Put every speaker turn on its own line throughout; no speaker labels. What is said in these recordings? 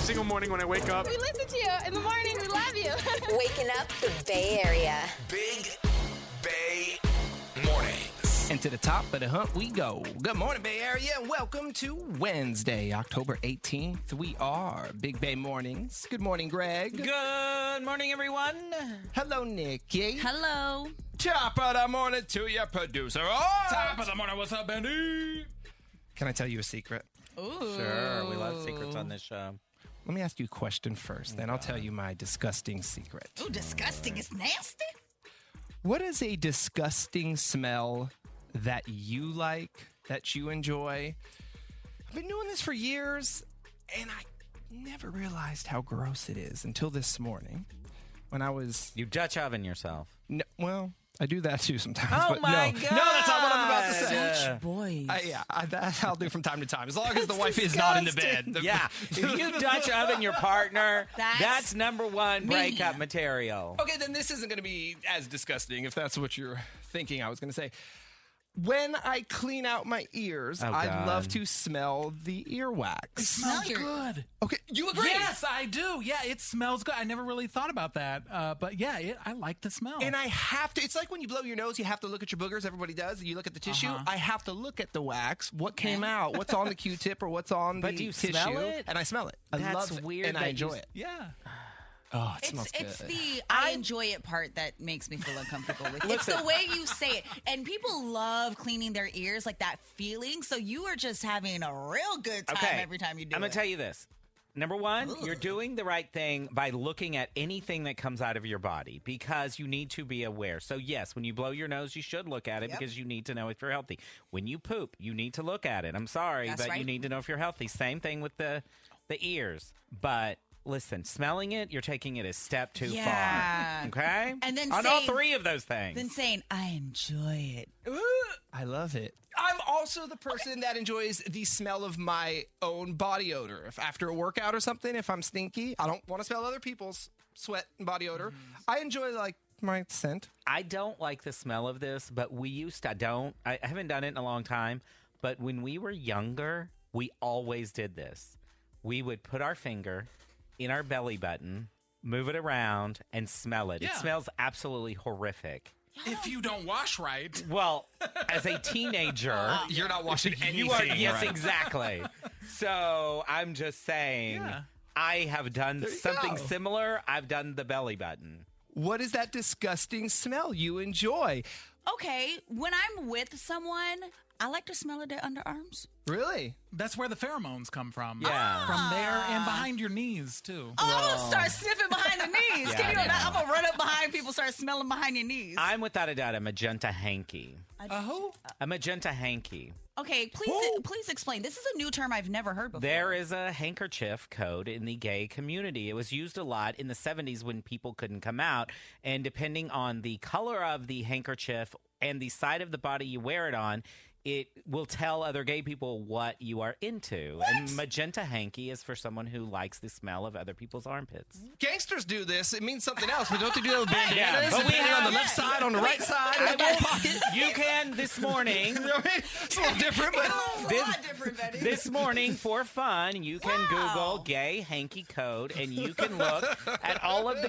single morning when I wake up.
We listen to you in the morning. We love you.
Waking up the Bay Area.
Big Bay Mornings.
And to the top of the hump we go. Good morning, Bay Area, and welcome to Wednesday, October 18th. We are Big Bay Mornings. Good morning, Greg.
Good morning, everyone.
Hello, Nikki.
Hello.
Top of the morning to your producer. Art.
Top of the morning. What's up, Benny?
Can I tell you a secret?
Ooh.
Sure, we love secrets on this show.
Let me ask you a question first, then I'll tell you my disgusting secret.
Ooh, disgusting. It's nasty.
What is a disgusting smell that you like, that you enjoy? I've been doing this for years and I never realized how gross it is until this morning when I was,
You Dutch oven yourself.
no, well, I do that too sometimes.
Oh
but
my
no.
God.
No, that's not what I'm about to say.
Boys.
I, yeah, I, that I'll do from time to time, as long as the wife is not in the bed. The-
Yeah, if you Dutch oven your partner, that's,
That's
number one
me.
breakup material.
Okay, then this isn't going to be as disgusting if that's what you're thinking. I was going to say, when I clean out my ears,
Oh,
I
God.
love to smell the earwax.
Smell your-
good.
Okay, you agree?
Yes, I do. Yeah, it smells good. I never really thought about that, uh, but yeah, it, I like the smell.
And I have to. It's like when you blow your nose, you have to look at your boogers. Everybody does. You look at the tissue.
Uh-huh.
I have to look at the wax. What came out? What's on the Q-tip or what's on
But
the
do you
tissue?
smell it?
And I smell it. I
That's
love it,
weird
and
that
I
you
enjoy
s-
it.
yeah,
Oh, it
It's
smells
it's
good.
the I enjoy it part that makes me feel uncomfortable with. It's
Listen.
the way you say it, and people love cleaning their ears like that feeling. So you are just having a real good time
Okay,
every time you do
I'm
it.
gonna tell you this. Number one, you're doing the right thing by looking at anything that comes out of your body because you need to be aware. So, yes, when you blow your nose, you should look at it
Yep.
because you need to know if you're healthy. When you poop, you need to look at it. I'm sorry,
That's
but you
right.
need to know if you're healthy. Same thing with the the ears. But listen, smelling it, you're taking it a step too
Yeah.
far. Okay?
And then
on all
saying-
three of those things.
Then saying I enjoy it.
I love it. I'm also the person that enjoys the smell of my own body odor. If after a workout or something, if I'm stinky, I don't want to smell other people's sweat and body odor. I enjoy like my scent.
I don't like the smell of this, but we used to, I don't, I haven't done it in a long time, but when we were younger, we always did this. We would put our finger in our belly button, move it around, and smell it. It
Yeah.
smells absolutely horrific.
if you don't wash right,
Well, as a teenager,
You're not washing
you are, yes, exactly. So I'm just saying,
Yeah.
I have done
you
something
go.
similar. I've done the belly button.
What is that disgusting smell you enjoy?
Okay, when I'm with someone, I like to smell of their underarms.
Really?
that's where the pheromones come from.
Yeah.
from there and behind your knees too.
Oh, I'm gonna start sniffing behind the knees.
Yeah,
Can you
I
imagine? I'm gonna run up behind people, start smelling behind your knees.
I'm without a doubt a magenta hanky.
Oh,
A magenta hanky.
okay, please, please explain. This is a new term I've never heard before.
There is a handkerchief code in the gay community. It was used a lot in the 70s when people couldn't come out. And depending on the color of the handkerchief and the side of the body you wear it on, it will tell other gay people what you are into. And magenta hanky is for someone who likes the smell of other people's armpits.
Gangsters do this. It means something else, but don't they do that with bandanas?
Yeah, but
and
we
put it on
have-
the left side, on the right side, in the back pocket.
You can this morning.
You know what I mean? It's a little different, but
It's a
This-
lot different, Betty.
This morning, for fun, you can
Wow.
Google gay hanky code and you can look at all of the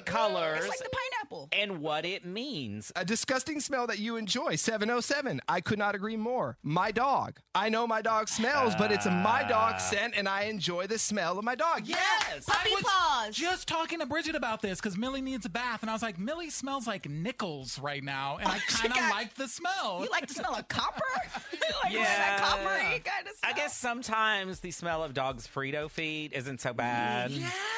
colors
it's like the pineapple.
and what it means.
a disgusting smell that you enjoy 707 i could not agree more my dog i know my dog smells but it's my dog scent and i enjoy the smell of my dog yes
Puppy paws.
just talking to Bridget about this because Millie needs a bath, and I was like, Millie smells like nickels right now, and I kind of
got-
like the smell.
you like the smell of copper? You like
Yeah.
that coppery kind of smell?
I guess sometimes the smell of dog's Frito feet isn't so bad.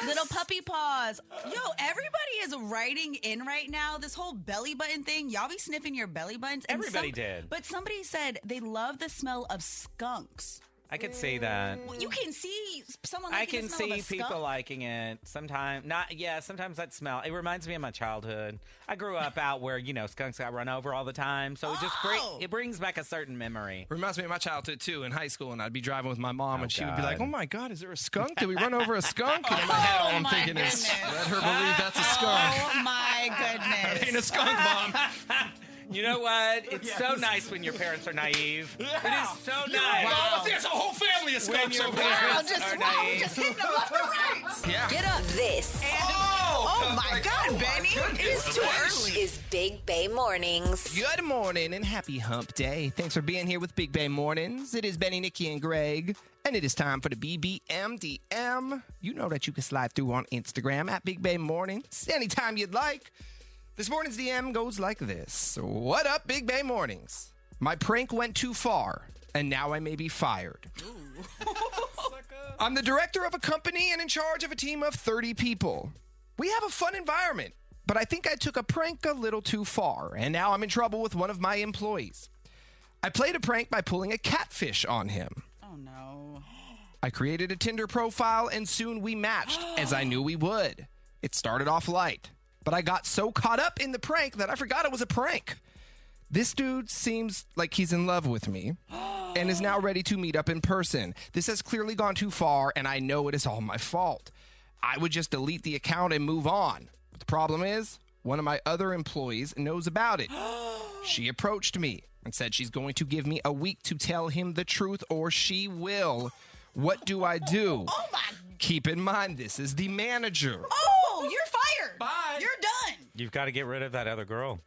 Little puppy paws. Yo, everybody is writing in right now. This whole belly button thing. Y'all be sniffing your belly buttons. and
Everybody did.
But somebody said they love the smell of skunks.
I could see that.
You can see someone.
I
liking
can
the smell of
see
a
people
skunk.
liking it sometimes. Not yeah, sometimes that smell. It reminds me of my childhood. I grew up out where you know skunks got run over all the time, so it just bring,
Oh.
it brings back a certain memory.
Reminds me of my childhood too in high school, and I'd be driving with my mom, and she would be like,
God.
"Oh my God, is there a skunk? Did we run over a skunk?" And in my head, all I'm
my
thinking is,
goodness.
"Let her believe that's a skunk."
Oh my Oh goodness.
Ain't a skunk, mom.
You know what? It's so nice when your parents are naive. It is so nice.
Wow. There's a whole family of
When
skunks
your
over there.
parents are naive.
hitting them left and right.
Get up. This
Oh,
Oh my God, Benny. it is too early.
is Big Bay Mornings.
Good morning and happy hump day. Thanks for being here with Big Bay Mornings. It is Benny, Nikki, and Greg, and it is time for the BBMDM. You know that you can slide through on Instagram at Big Bay Mornings anytime you'd like. This morning's DM goes like this What up, Big Bay Mornings? My prank went too far, and now I may be fired. I'm the director of a company and in charge of a team of 30 people. We have a fun environment, but I think I took a prank a little too far, and now I'm in trouble with one of my employees. I played a prank by pulling a catfish on him.
Oh no.
I created a Tinder profile and soon we matched, as I knew we would. It started off light, but I got so caught up in the prank that I forgot it was a prank. This dude seems like he's in love with me and is now ready to meet up in person. This has clearly gone too far, and I know it is all my fault. I would just delete the account and move on. But the problem is, one of my other employees knows about it. She approached me and said she's going to give me a week to tell him the truth or she will. What do I do? Oh my. Keep in mind, this is the manager.
Oh, you're fired.
Bye.
You're done.
You've got to get rid of that other girl.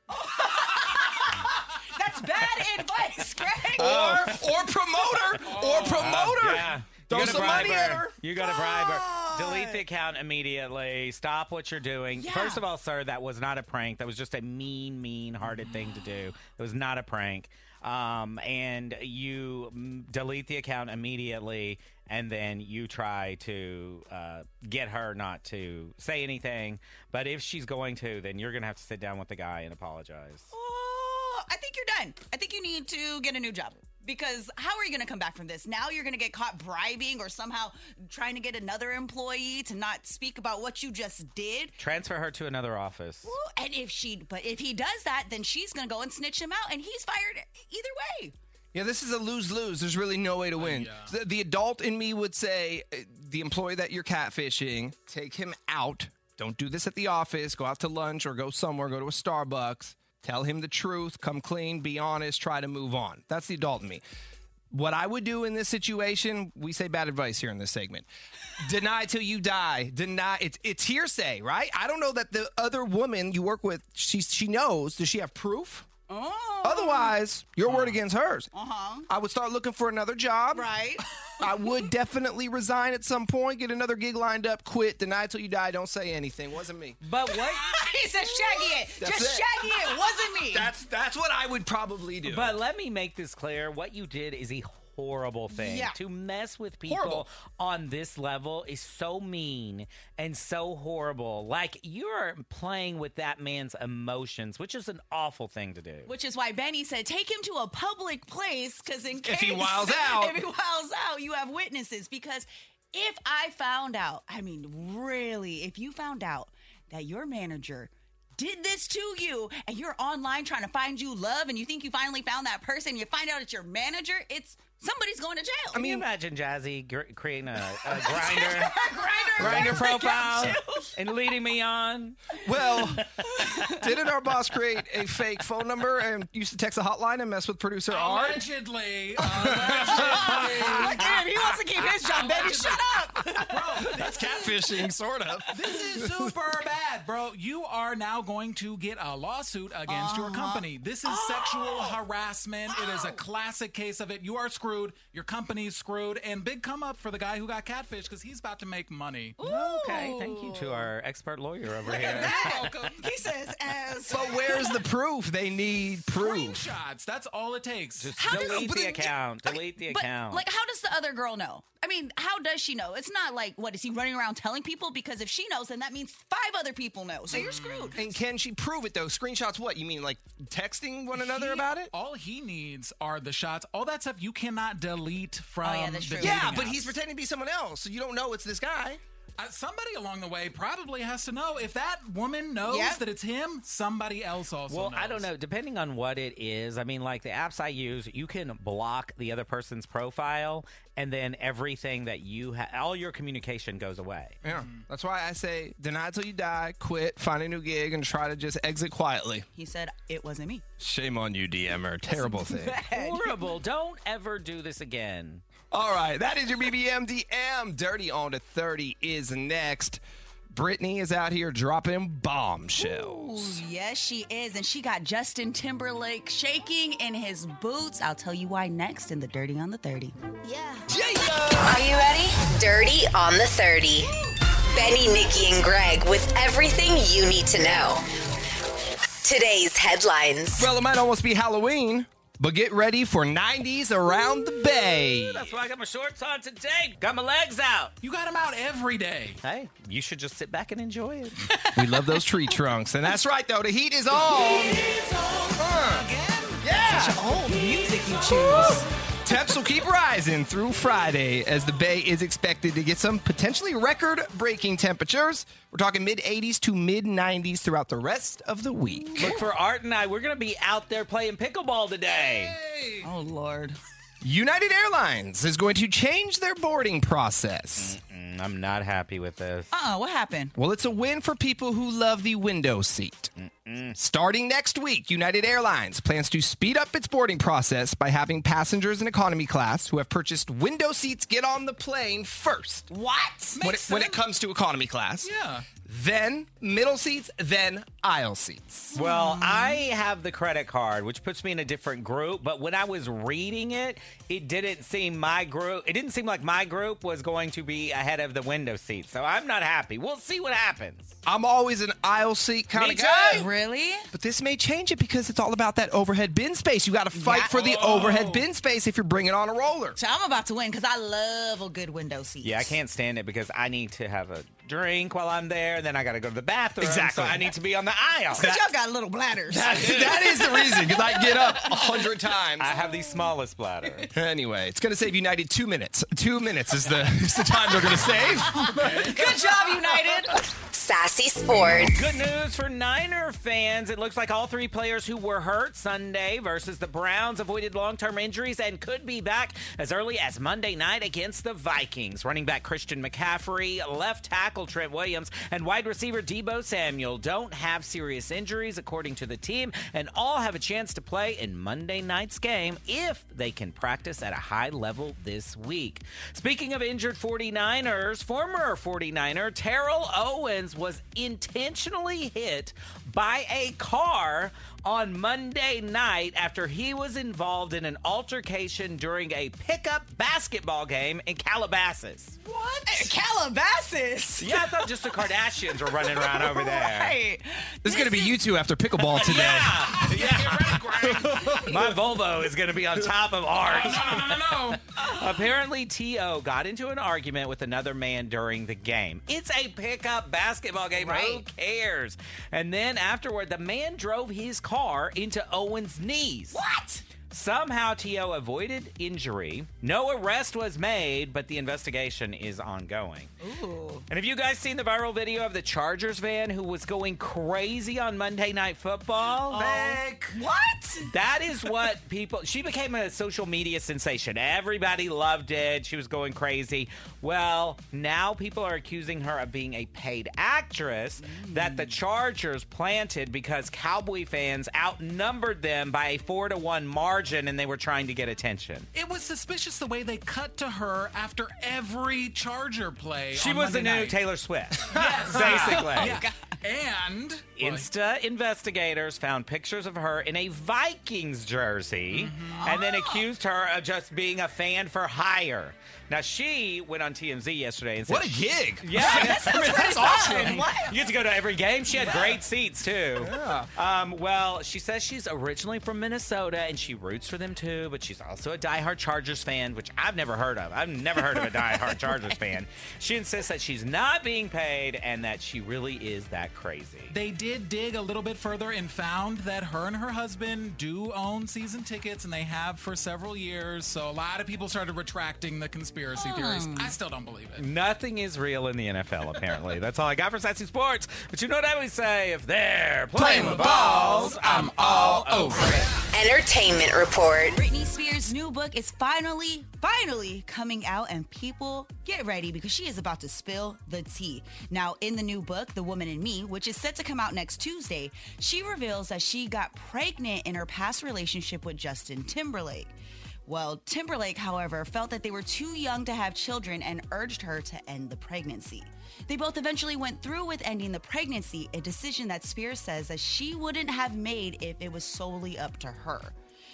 That's bad advice, Greg.
Oh.
Or, or promoter. Or promoter.
Yeah.
Throw
You gotta
some
bribe
money
her.
at her.
You got to bribe her. Delete the account immediately. Stop what you're doing. First of all, sir, that was not a prank. That was just a mean, mean-hearted thing to do. It was not a prank. Um, and you mm, delete the account immediately, and then you try to uh, get her not to say anything. But if she's going to, then you're going to have to sit down with the guy and apologize.
Oh, I think you're done. I think you need to get a new job. Because how are you going to come back from this? Now you're going to get caught bribing or somehow trying to get another employee to not speak about what you just did.
Transfer her to another office.
Ooh, And if she, but if he does that, then she's going to go and snitch him out, and he's fired either way.
Yeah, this is a lose lose. There's really no way to win. the, the adult in me would say uh, the employee that you're catfishing, take him out. Don't do this at the office. Go out to lunch or go somewhere, go to a Starbucks. Tell him the truth, come clean, be honest, try to move on. That's the adult in me. What I would do in this situation, we say bad advice here in this segment. Deny till you die. Deny. It's it's hearsay, right? I don't know that the other woman you work with, she she knows. Does she have proof? Otherwise, your word against hers. Uh-huh. I would start looking for another job.
Right?
I would definitely resign at some point, get another gig lined up, quit, deny till you die, don't say anything. Wasn't me.
But what?
he said, Shaggy it.
That's
Just
it.
Shaggy it. Wasn't me.
That's that's what I would probably do.
But let me make this clear. What you did is a horrible thing.
Yeah.
To mess with people
Horrible.
on this level is so mean and so horrible. Like you're playing with that man's emotions, which is an awful thing to do.
Which is why Benny said, take him to a public place because in case
If he wiles out.
if he wiles out, you have witnesses. Because if I found out, I mean, really, if you found out that your manager did this to you and you're online trying to find you love and you think you finally found that person, you find out it's your manager, it's somebody's going to jail.
Can you imagine Jazzy gr- creating a, a grinder
Grinder,
grinder profile and leading me on?
well, didn't our boss create a fake phone number and used to text a hotline and mess with producer
Oh,
Art?
Allegedly. allegedly.
Look at him. He wants to keep his job, Benny. Shut up.
That's catfishing, sort of.
This is super bad, bro. You are now going to get a lawsuit against
Uh-huh.
your company. This is
Oh!
sexual harassment. It is a classic case of it. You are screwed. Your company's screwed. And big come up for the guy who got catfish because he's about to make money.
Okay, thank you
Oh.
to our expert lawyer over here.
He says, as.
But where's the proof? They need proof.
Screenshots. That's all it takes.
How does-
delete
but
the
it-
account. Delete the
But
account.
like, how does the other girl know? I mean, how does she know? It's not like what is he running around telling people? Because if she knows, then that means five other people know. So you're screwed.
And can she prove it though? Screenshots what? You mean like texting one another
He-
about it?
All he needs are the shots. All that stuff you cannot delete from.
Oh, yeah, that's
the
true.
dating
Yeah, but
apps.
he's pretending to be someone else, so you don't know it's this guy.
Uh, somebody along the way probably has to know. If that woman knows
Yep.
that it's him, somebody else also
Well,
knows.
I don't know. Depending on what it is, I mean, like the apps I use, you can block the other person's profile, and then everything that you ha- all your communication goes away.
Yeah, Mm-hmm. that's why I say deny till you die, quit, find a new gig, and try to just exit quietly.
He said it wasn't me.
Shame on you, DMer. Terrible thing.
Horrible! Don't ever do this again.
All right, that is your BBM DM. Dirty on to 30 is next. Brittany is out here dropping bombshells.
Yes, she is, and she got Justin Timberlake shaking in his boots. I'll tell you why next in the Dirty on the Thirty.
Are you ready? Dirty on the 30. Benny, Nikki, and Greg with everything you need to know. Today's headlines.
Well, it might almost be Halloween, but get ready for 90s around the bay.
That's why I got my shorts on today. Got my legs out.
You got him out every day.
Hey, you should just sit back and enjoy it.
We love those tree trunks. And that's right, though. The heat is on. Uh, yeah.
Old music you choose.
Temps will keep rising through Friday as the Bay is expected to get some potentially record breaking temperatures. We're talking mid 80s to mid 90s throughout the rest of the week.
Look for Art and I. We're gonna be out there playing pickleball today.
Oh Lord.
United Airlines is going to change their boarding process.
I'm not happy with this.
Uh uh what happened?
Well, it's a win for people who love the window seat. Starting next week, United Airlines plans to speed up its boarding process by having passengers in economy class who have purchased window seats get on the plane first.
What?
When it, when it comes to economy class,
Yeah.
then middle seats, then aisle seats.
Well, I have the credit card, which puts me in a different group. But when I was reading it, it didn't seem my group. It didn't seem like my group was going to be ahead of the window seat. So I'm not happy. We'll see what happens.
I'm always an aisle seat kind
Me
of guy.
too.
Really?
But this may change it because it's all about that overhead bin space. You got to fight
Yeah.
for the overhead bin space if you're bringing on a roller.
So I'm about to win because I love a good window seat.
Yeah, I can't stand it because I need to have a drink while I'm there. Then I got to go to the bathroom.
Exactly.
So I need to be on the aisle.
Cause y'all got little bladders.
that is the reason because I get up a hundred times.
I have the smallest bladder.
Anyway, it's going to save United two minutes. Two minutes is the, is the time they're going to save.
Good job, United.
Sassy Sports.
Good news for Niner fans. It looks like all three players who were hurt Sunday versus the Browns avoided long term injuries and could be back as early as Monday night against the Vikings. Running back Christian McCaffrey, left tackle Trent Williams, and wide receiver Debo Samuel don't have serious injuries, according to the team, and all have a chance to play in Monday night's game if they can practice at a high level this week. Speaking of injured 49ers, former 49er Terrell Owens was intentionally hit by a car on Monday night after he was involved in an altercation during a pickup basketball game in Calabasas.
What? Calabasas.
Yeah, I thought just the Kardashians were running around over there.
Right.
This is going to be you two after pickleball today.
Yeah, yeah. My Volvo is going to be on top of ours.
No, no, no, no.
Apparently, T.O. got into an argument with another man during the game. It's a pickup basketball game. Who
Right.
cares? And then afterward, the man drove his car into Owen's knees.
What?
Somehow, T.O. avoided injury. No arrest was made, but the investigation is ongoing.
Ooh.
And have you guys seen the viral video of the Chargers fan who was going crazy on Monday Night Football?
Oh. What?
That is what people. She became a social media sensation. Everybody loved it. She was going crazy. Well, now people are accusing her of being a paid actress that the Chargers planted because Cowboy fans outnumbered them by a four to one margin, and they were trying to get attention.
It was suspicious the way they cut to her after every Charger play.
She
on
was the new
Monday night.
Taylor Swift, basically.
Yeah. And
Insta investigators found pictures of her in a Vikings jersey
Mm-hmm.
and
Ah.
then accused her of just being a fan for hire. Now she went on TMZ yesterday and said,
What a gig.
Yeah,
I mean, that's awesome.
you get to go to every game. She had great seats too. Um, well, she says she's originally from Minnesota and she roots for them too, but she's also a diehard Chargers fan, which I've never heard of. I've never heard of a diehard Chargers fan. She insists that she's not being paid and that she really is that crazy.
They did dig a little bit further and found that her and her husband do own season tickets and they have for several years. So a lot of people started retracting the conspiracy theories.
Hmm.
I still don't believe it.
Nothing is real in the NFL, apparently. That's all I got for Sassy Sports. But you know what I always say if they're playing with balls, I'm all over it.
Entertainment Report.
Britney Spears' new book is finally, finally coming out, and people get ready because she is about to spill the tea. Now, in the new book, The Woman in Me, which is set to come out next Tuesday, she reveals that she got pregnant in her past relationship with Justin Timberlake. Well, Timberlake, however, felt that they were too young to have children and urged her to end the pregnancy. They both eventually went through with ending the pregnancy, a decision that Spears says that she wouldn't have made if it was solely up to her.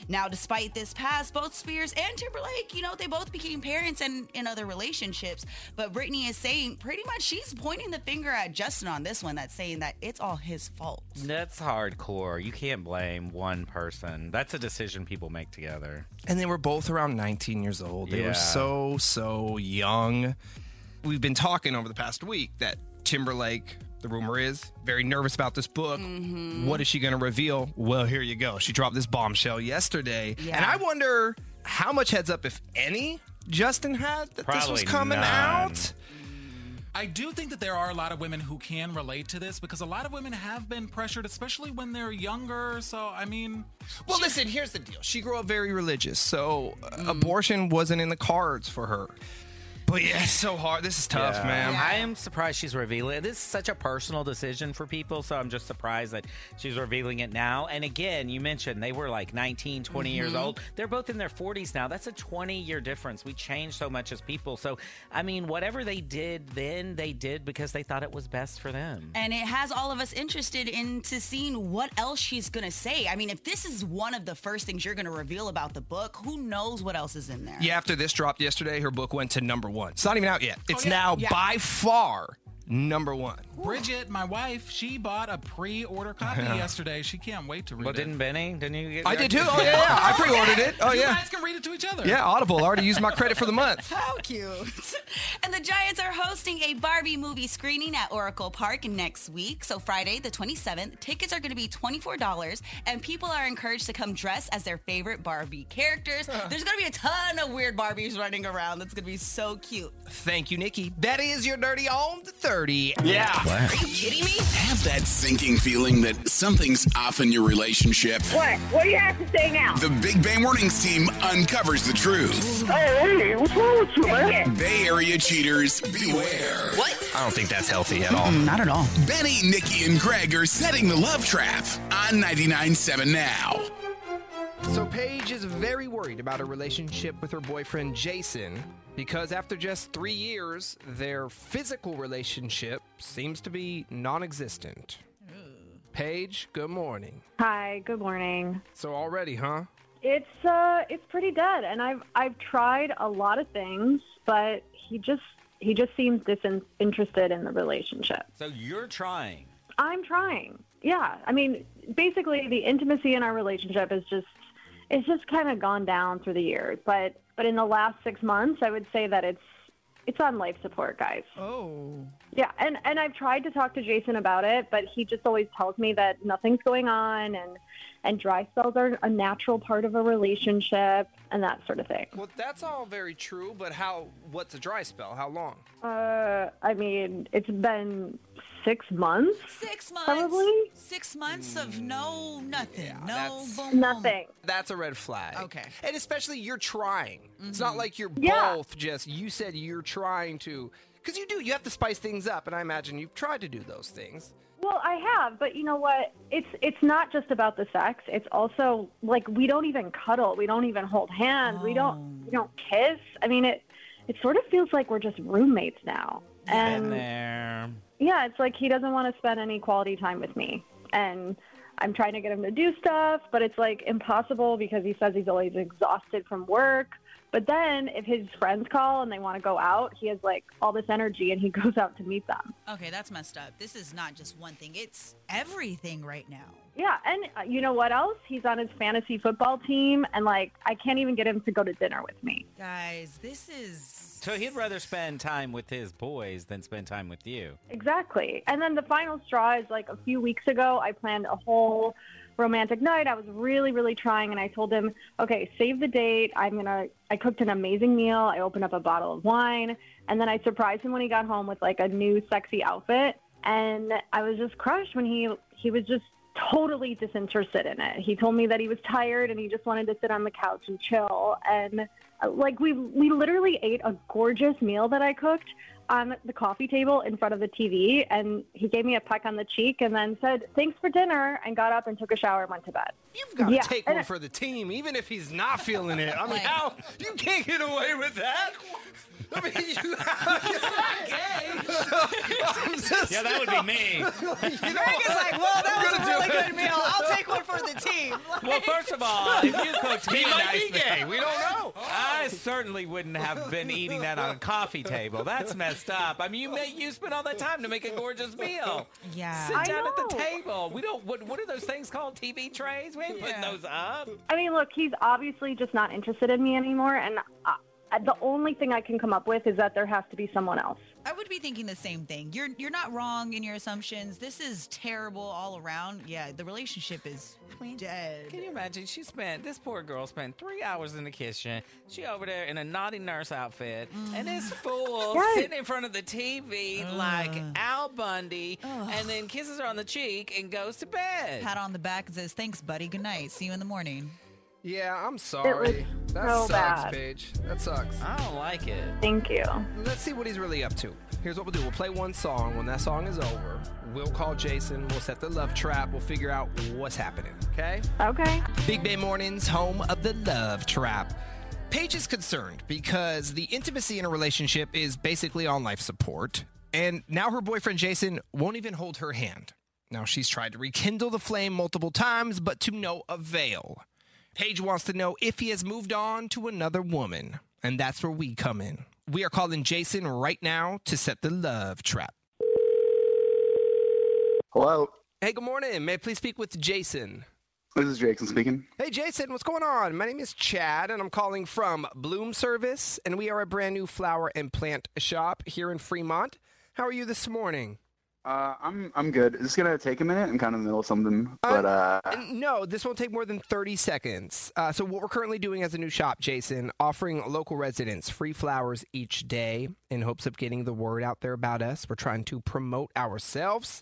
Now, despite this past, both Spears and Timberlake, you know, they both became parents and in other relationships. But Britney is saying pretty much she's pointing the finger at Justin on this one, that's saying that it's all his fault.
That's hardcore. You can't blame one person. That's a decision people make together.
and they were both around 19 years old. They
Yeah.
were so, so young. We've been talking over the past week that Timberlake, the rumor is, very nervous about this book.
Mm-hmm.
What is she going to reveal? Well, here you go. She dropped this bombshell yesterday. And
Yeah.
I wonder how much heads up, if any, Justin had that this was
Probably
coming
none.
out.
I do think that there are a lot of women who can relate to this because a lot of women have been pressured, especially when they're younger. So, I mean,
Well, listen, here's the deal. She grew up very religious, so uh,
Mm.
abortion wasn't in the cards for her. But yeah, it's so hard. This is tough, man.
I am surprised she's revealing it. This is such a personal decision for people, so I'm just surprised that she's revealing it now. And again, you mentioned they were like 19, 20 years old. They're both in their 40s now. That's a 20 year difference. We change so much as people. So, I mean, whatever they did then, they did because they thought it was best for them.
and it has all of us interested into seeing what else she's gonna say. I mean, if this is one of the first things you're gonna reveal about the book, who knows what else is in there?
Yeah, after this dropped yesterday, her book went to number one. It's not even out yet. It's now
Yeah.
by far number one.
Bridget, my wife, she bought a pre order copy yesterday. She can't wait to read
Well,
it.
didn't Benny? Didn't you get
I did too. Oh yeah, yeah. I pre-ordered it. Oh
you
yeah,
guys can read it to each other.
yeah. Audible I already used my credit for the month.
How cute. and the Giants are hosting a Barbie movie screening at Oracle Park next week. So, Friday, the 27th, tickets are going to be $24, and people are encouraged to come dressed as their favorite Barbie characters. There's going to be a ton of weird Barbies running around. That's going to be so cute.
Thank you, Nikki. That is your dirty on the thirty. Yeah.
Kidding me?
Have that sinking feeling that something's off in your relationship.
What? What do you have to say now?
The Big Bang Warnings team uncovers the truth.
Hey, hey, what's wrong with you, man?
Bay Area cheaters, beware.
What?
I don't think that's healthy at all.
Not at all.
Benny, Nikki, and Greg are setting the love trap on 99.7 now.
So Paige is very worried about her relationship with her boyfriend Jason because after just three years, their physical relationship seems to be non-existent. Paige, good morning.
Hi, good morning.
So already, huh?
It's uh it's pretty dead and I've I've tried a lot of things, but he just he just seems disinterested in the relationship.
So you're trying.
I'm trying. Yeah. I mean, basically the intimacy in our relationship is just it's just kind of gone down through the years, but but in the last 6 months, I would say that it's it's on life support, guys.
Oh.
Yeah, and and I've tried to talk to Jason about it, but he just always tells me that nothing's going on and and dry spells are a natural part of a relationship and that sort of thing.
Well, that's all very true, but how? What's a dry spell? How long?
Uh, I mean, it's been 6 months.
Six months.
Probably.
Six months of no nothing. no
that's-
boom. boom.
Nothing.
That's a red flag.
Okay. Mm-hmm.
And especially you're trying. It's not like you're
Yeah.
both just. You said you're trying to, because you do. You have to spice things up, and I imagine you've tried to do those things.
Well, I have, but you know what? It's it's not just about the sex. It's also like we don't even cuddle. We don't even hold hands. We don't we don't kiss. I mean, it it sort of feels like we're just roommates now.
Been
And
there.
yeah, it's like he doesn't want to spend any quality time with me. And I'm trying to get him to do stuff, but it's like impossible because he says he's always exhausted from work. But then if his friends call and they want to go out, he has like all this energy and he goes out to meet them.
Okay, that's messed up. This is not just one thing, it's everything right now.
Yeah, and uh, you know what else? He's on his fantasy football team and like I can't even get him to go to dinner with me.
Guys, this is
So he'd rather spend time with his boys than spend time with you.
Exactly. And then the final straw is like a few weeks ago, I planned a whole romantic night. I was really, really trying. And I told him, okay, save the date. I'm going to, I cooked an amazing meal. I opened up a bottle of wine. And then I surprised him when he got home with like a new sexy outfit. And I was just crushed when he, he was just totally disinterested in it. He told me that he was tired and he just wanted to sit on the couch and chill. And uh, like we we literally ate a gorgeous meal that I cooked on the coffee table in front of the TV. And he gave me a peck on the cheek and then said thanks for dinner and got up and took a shower and went to bed.
You've got to take one for the team, even if he's not feeling it. I mean, how you can't get away with that? I mean, you, I'm just-
Yeah, that would be me.
You know,
Greg is like, well,
I'm
that was a
gonna do
really
it."
good meal. I'll take one for the team.
Well, first of all, if you cooked me
He
a
might be
nice meal-
gay. We don't know.
I certainly wouldn't have been eating that on a coffee table. That's messed up. I mean, you may you spend all that time to make a gorgeous meal.
Yeah.
Sit
I
down at the
know.
table. We don't. What, what are those things called? TV trays? We ain't putting
Yeah.
those up.
I mean, look, he's obviously just not interested in me anymore. And I, the only thing I can come up with is that there has to be someone else.
I would be thinking the same thing. You're you're not wrong in your assumptions. This is terrible all around. Yeah, the relationship is
Can
dead.
you imagine? She spent this poor girl spent three hours in the kitchen. She over there in a naughty nurse outfit, and this fool
Right.
sitting in front of the TV like Al Bundy, and then kisses her on the cheek and goes to bed.
Pat on the back and says, "Thanks, buddy. Good night. See you in the morning."
Yeah, I'm sorry. That
so
sucks,
bad.
Paige. That sucks.
I don't like it.
Thank you.
Let's see what he's really up to. Here's what we'll do. We'll play one song. When that song is over, we'll call Jason. We'll set the love trap. We'll figure out what's happening. Okay?
Okay.
Big Bay Mornings, home of the love trap. Paige is concerned because the intimacy in a relationship is basically on life support. And now her boyfriend Jason won't even hold her hand. Now she's tried to rekindle the flame multiple times, but to no avail. Paige wants to know if he has moved on to another woman. And that's where we come in. We are calling Jason right now to set the love trap.
Hello,
Hey, good morning. May I please speak with Jason?
this is Jason speaking.
Hey Jason, what's going on? My name is Chad and I'm calling from Bloom Service and we are a brand new flower and plant shop here in Fremont. How are you this morning?
Uh, I'm I'm good. It's gonna take a minute. I'm kind of in the middle of something, but uh,
And No, this won't take more than 30 seconds. Uh, so, what we're currently doing as a new shop, Jason, offering local residents free flowers each day in hopes of getting the word out there about us. We're trying to promote ourselves.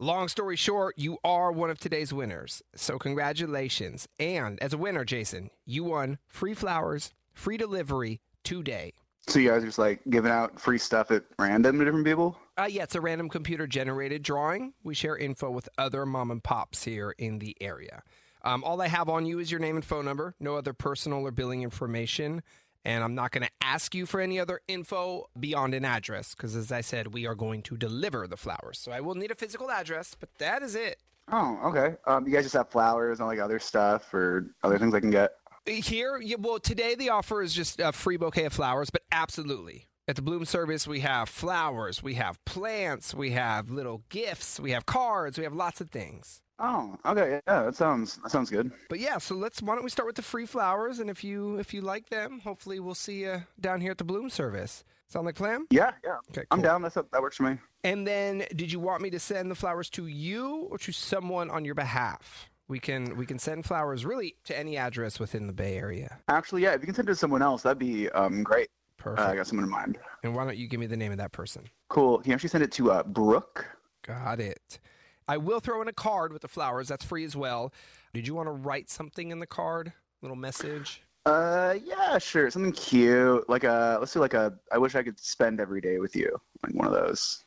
Long story short, you are one of today's winners. So, congratulations. And as a winner, Jason, you won free flowers, free delivery today.
so you guys are just like giving out free stuff at random to different people.
Uh, yeah, it's a random computer generated drawing. We share info with other mom and pops here in the area. Um, all I have on you is your name and phone number, no other personal or billing information. And I'm not going to ask you for any other info beyond an address because, as I said, we are going to deliver the flowers. So I will need a physical address, but that is it.
Oh, okay. Um, you guys just have flowers and like other stuff or other things I can get.
Here, yeah, well, today the offer is just a free bouquet of flowers, but absolutely. At the Bloom Service, we have flowers, we have plants, we have little gifts, we have cards, we have lots of things.
Oh, okay. Yeah, that sounds that sounds good.
But yeah, so let's. Why don't we start with the free flowers? And if you if you like them, hopefully we'll see you down here at the Bloom Service. Sound like plan?
Yeah, yeah.
Okay,
I'm
cool.
down. That's that works for me.
And then, did you want me to send the flowers to you or to someone on your behalf? We can we can send flowers really to any address within the Bay Area.
Actually, yeah. If you can send it to someone else, that'd be um great. Uh,
Perfect.
I got someone in mind.
and why don't you give me the name of that person?
Cool. Can you actually send it to uh Brooke?
Got it. I will throw in a card with the flowers. That's free as well. Did you want to write something in the card? Little message.
Uh, yeah, sure. Something cute, like a let's do like a I wish I could spend every day with you, like one of those.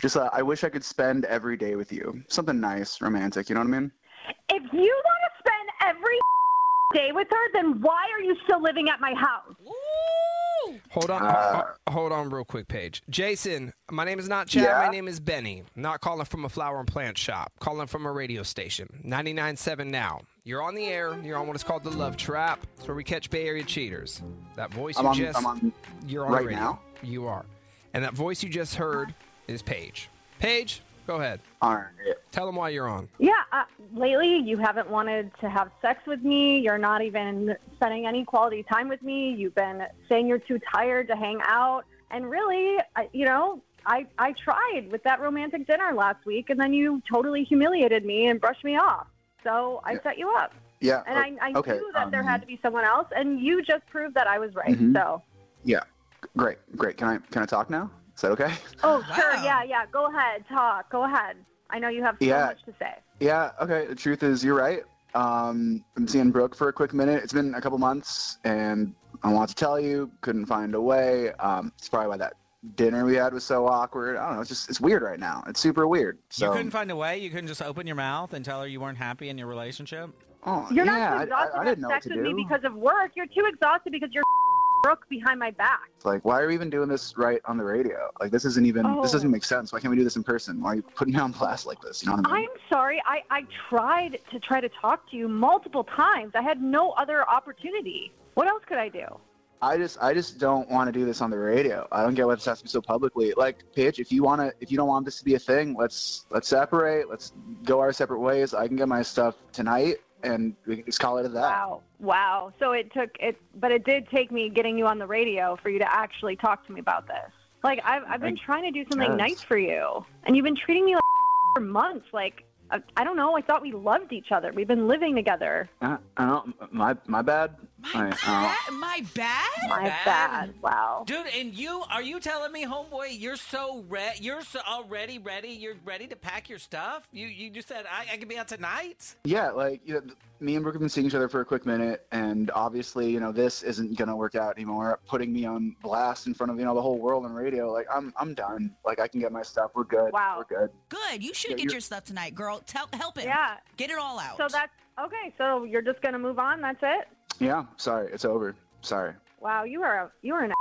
Just uh, I wish I could spend every day with you. Something nice, romantic. You know what I mean?
If you want to spend every day with her, then why are you still living at my house?
Hold on,
Uh,
ho- ho- hold on, real quick, Paige. Jason, my name is not Chad.
Yeah?
My name is Benny. Not calling from a flower and plant shop. Calling from a radio station. 99.7 now. You're on the air. You're on what is called the Love Trap. It's where we catch Bay Area cheaters. That voice
I'm
you
on.
just
I'm on.
you're on the
right
radio.
now?
You are, and that voice you just heard is Paige. Paige, Go ahead.
All right.
Tell them why you're on.
Yeah, uh, lately you haven't wanted to have sex with me. You're not even spending any quality time with me. You've been saying you're too tired to hang out. And really, I, you know, I, I tried with that romantic dinner last week, and then you totally humiliated me and brushed me off. So I set you up.
Yeah.
And I, I
o- okay,
knew that there
um,
had to be someone else, and you just proved that I was right.
Mhm.
So,
Yeah. Great. Great. Can I can I talk now? Is that okay?
oh, sure. Yeah, yeah. Go ahead. Talk. Go ahead. I know you have so
Yeah.
much to say.
Yeah, okay. The truth is, you're right. Um, I'm seeing Brooke for a quick minute. It's been a couple months, and I want to tell you, couldn't find a way. Um, it's probably why that dinner we had was so awkward. I don't know. It's just it's weird right now. It's super weird. So
you couldn't find a way. You couldn't just open your mouth and tell her you weren't happy in your relationship.
Oh,
You're not too exhausted to have sex with me because of work. You're too exhausted because you're Brooke behind my back.
It's like, why are we even doing this right on the radio? Like, this isn't even this
Oh.
doesn't make sense. Why can't we do this in person? Why are you putting me on blast like this? You know what I
Mm-hmm.
mean?
I'm sorry. I, I tried to try to talk to you multiple times. I had no other opportunity. What else could I do?
I just I just don't want to do this on the radio. I don't get why this has to be so publicly. Like Paige, if you wanna if you don't want this to be a thing, let's let's separate. Let's go our separate ways. I can get my stuff tonight and we can just call it a that.
Wow. Wow. So it took it, but it did take me getting you on the radio for you to actually talk to me about this. Like I've, I've been
I
trying to do something
guess.
nice for you, and you've been treating me like for months. Like I, I don't know. I thought we loved each other. We've been living together.
I, Uh, I don't my my bad. My
My bad.
My bad. Wow.
Dude, and you are you telling me, homeboy, you're so re- you're so already ready. You're ready to pack your stuff. You you just said I, I could be out tonight.
Yeah, like you know, th- me and Brooke have been seeing each other for a quick minute, and obviously, you know, this isn't gonna work out anymore. Putting me on blast in front of you know the whole world on radio, like I'm I'm done. Like I can get my stuff. We're good.
Wow.
We're good.
Good. You should
Yeah,
get
you're-
your stuff tonight, girl. Tell, help him.
Yeah.
Get it all out.
So that's okay. So you're just gonna move on. That's it.
Yeah. Sorry, it's over. Sorry.
Wow. You are a, you are an.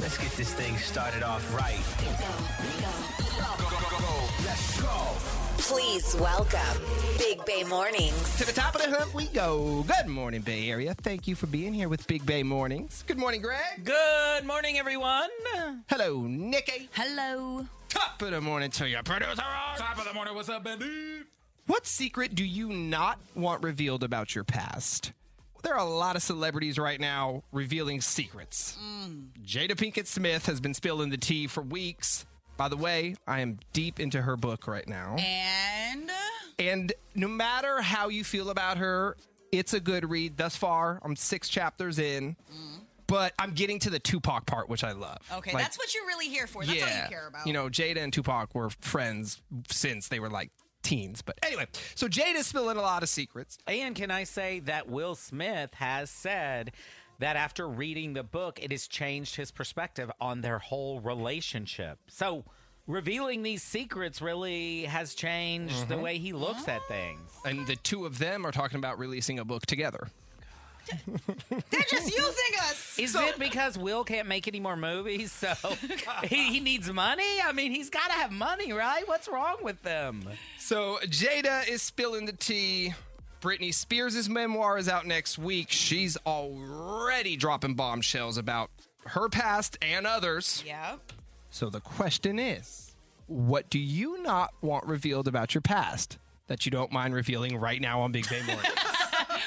Let's get this thing started off right. Let's go.
Please welcome Big Bay Mornings.
To the top of the hump we go. Good morning, Bay Area. Thank you for being here with Big Bay Mornings. Good morning, Greg.
Good morning, everyone.
Hello, Nikki.
Hello.
Top of the morning to you, producer.
Top of the morning. What's up, baby?
What secret do you not want revealed about your past? There are a lot of celebrities right now revealing secrets.
Mm.
Jada Pinkett Smith has been spilling the tea for weeks. By the way, I am deep into her book right now.
Eh. And
And no matter how you feel about her, it's a good read thus far. I'm six chapters in, but I'm getting to the Tupac part, which I love.
Mm. okay,
Like,
that's what you're really here for. That's all you care about.
you know, Jada and Tupac were friends since they were like teens. But anyway, so Jada's spilling a lot of secrets.
And can I say that Will Smith has said that after reading the book, it has changed his perspective on their whole relationship. So revealing these secrets really has changed the
Mhm.
way he looks at things.
And the two of them are talking about releasing a book together.
They're just using us.
Is it because Will can't make any more movies, so he, he needs money? I mean, he's got to have money, right? What's wrong with them?
So Jada is spilling the tea. Britney Spears' memoir is out next week. She's already dropping bombshells about her past and others.
Yep.
So the question is what do you not want revealed about your past that you don't mind revealing right now on Big Bay Morning?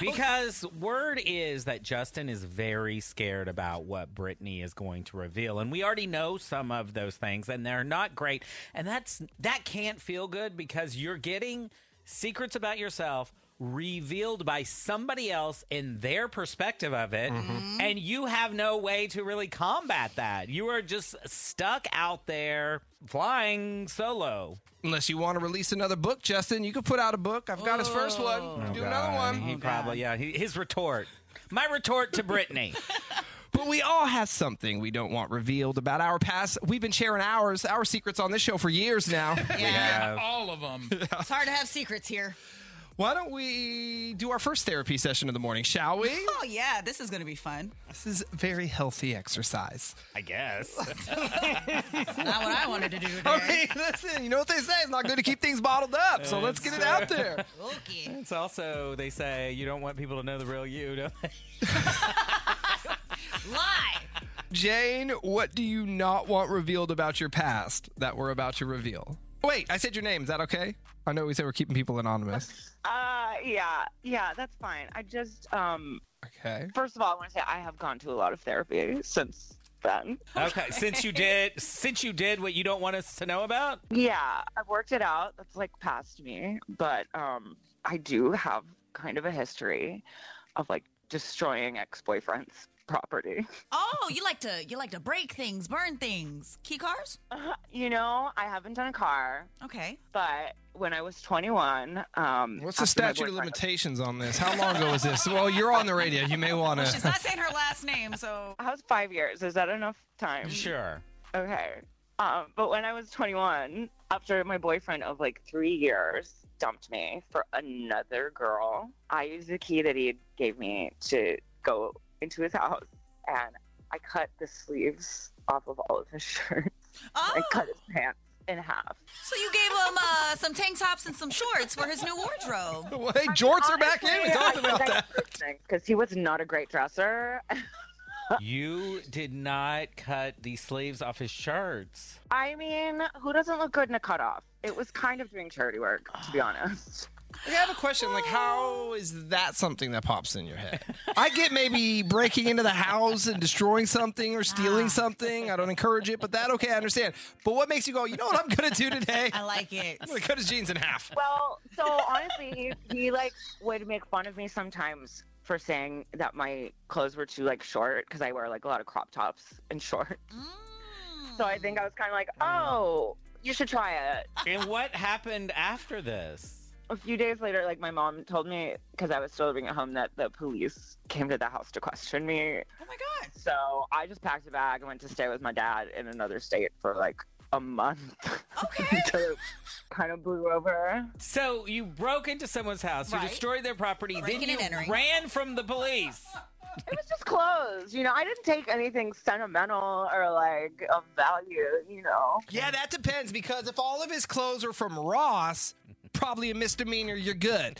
Because word is that Justin is very scared about what Brittany is going to reveal, and we already know some of those things, and they're not great, and that's that can't feel good because you're getting secrets about yourself revealed by somebody else in their perspective of it
Mhm.
and you have no way to really combat that you are just stuck out there flying solo
Unless you want to release another book, Justin, you could put out a book. I've got his first one. do another one.
He probably yeah. He, his retort, my retort to Brittany.
But we all have something we don't want revealed about our past. We've been sharing ours, our secrets on this show for years now.
Yeah.
All of them.
It's hard to have secrets here.
Why don't we do our first therapy session of the morning, shall we?
Oh yeah, this is gonna be fun.
This is very healthy exercise.
I guess.
It's not what I wanted to do. Today.
I mean, listen, you know what they say? It's not good to keep things bottled up, so let's get it out there.
It's also they say you don't want people to know the real you, don't they?
Lie.
Jane, what do you not want revealed about your past that we're about to reveal? Wait, I said your name. Is that okay? I know we said we're keeping people anonymous.
Uh, yeah, yeah, that's fine. I just, um,
okay.
First of all, I want to say I have gone to a lot of therapy since then.
Okay, since you did, since you did what you don't want us to know about.
Yeah, I've worked it out. That's like past me, but um, I do have kind of a history of like destroying ex-boyfriends' property.
Oh, you like to you like to break things, burn things, key cars.
You know, I haven't done a car,
Okay.
but when I was 21, um,
What's the
after my
statute of
boyfriend-
limitations on this? How long ago was this? Well, you're on the radio. You may want
She's not
to.
saying her last name, so
How's five years? Is that enough time?
Sure.
Okay. Um, but when I was 21, after my boyfriend of like three years dumped me for another girl, I used the key that he gave me to go into his house and I cut the sleeves off of all of his shirts. I cut his pants in half.
Oh, so you gave him uh, some tank tops and some shorts for his new wardrobe.
Well, hey, jorts are back in. We talked about that.
Because he was not a great dresser.
You did not cut the sleeves off his shirts.
I mean, who doesn't look good in a cutoff? It was kind of doing charity work, to be honest.
I have a question. Like, how is that something that pops in your head? I get maybe breaking into the house and destroying something or stealing something. I don't encourage it, but that okay, I understand. But what makes you go? You know what I'm gonna do today?
I like it.
I'm gonna cut his jeans in half.
Well, so honestly, he, he like would make fun of me sometimes for saying that my clothes were too like short because I wear like a lot of crop tops and shorts. So I think I was kind of like, oh, you should try it.
And what happened after this?
A few days later, like my mom told me because I was still living at home that the police came to the house to question me.
Oh my god.
So I just packed a bag and went to stay with my dad in another state for like a month. Okay. Until it kind of blew over.
So you broke into someone's house, you
Right.
destroyed their property,
Breaking
then
and
you
entering.
ran from the police.
it was just clothes. You know, I didn't take anything sentimental or like of value, you know.
Yeah, that depends because if all of his clothes are from Ross, probably a misdemeanor, you're good.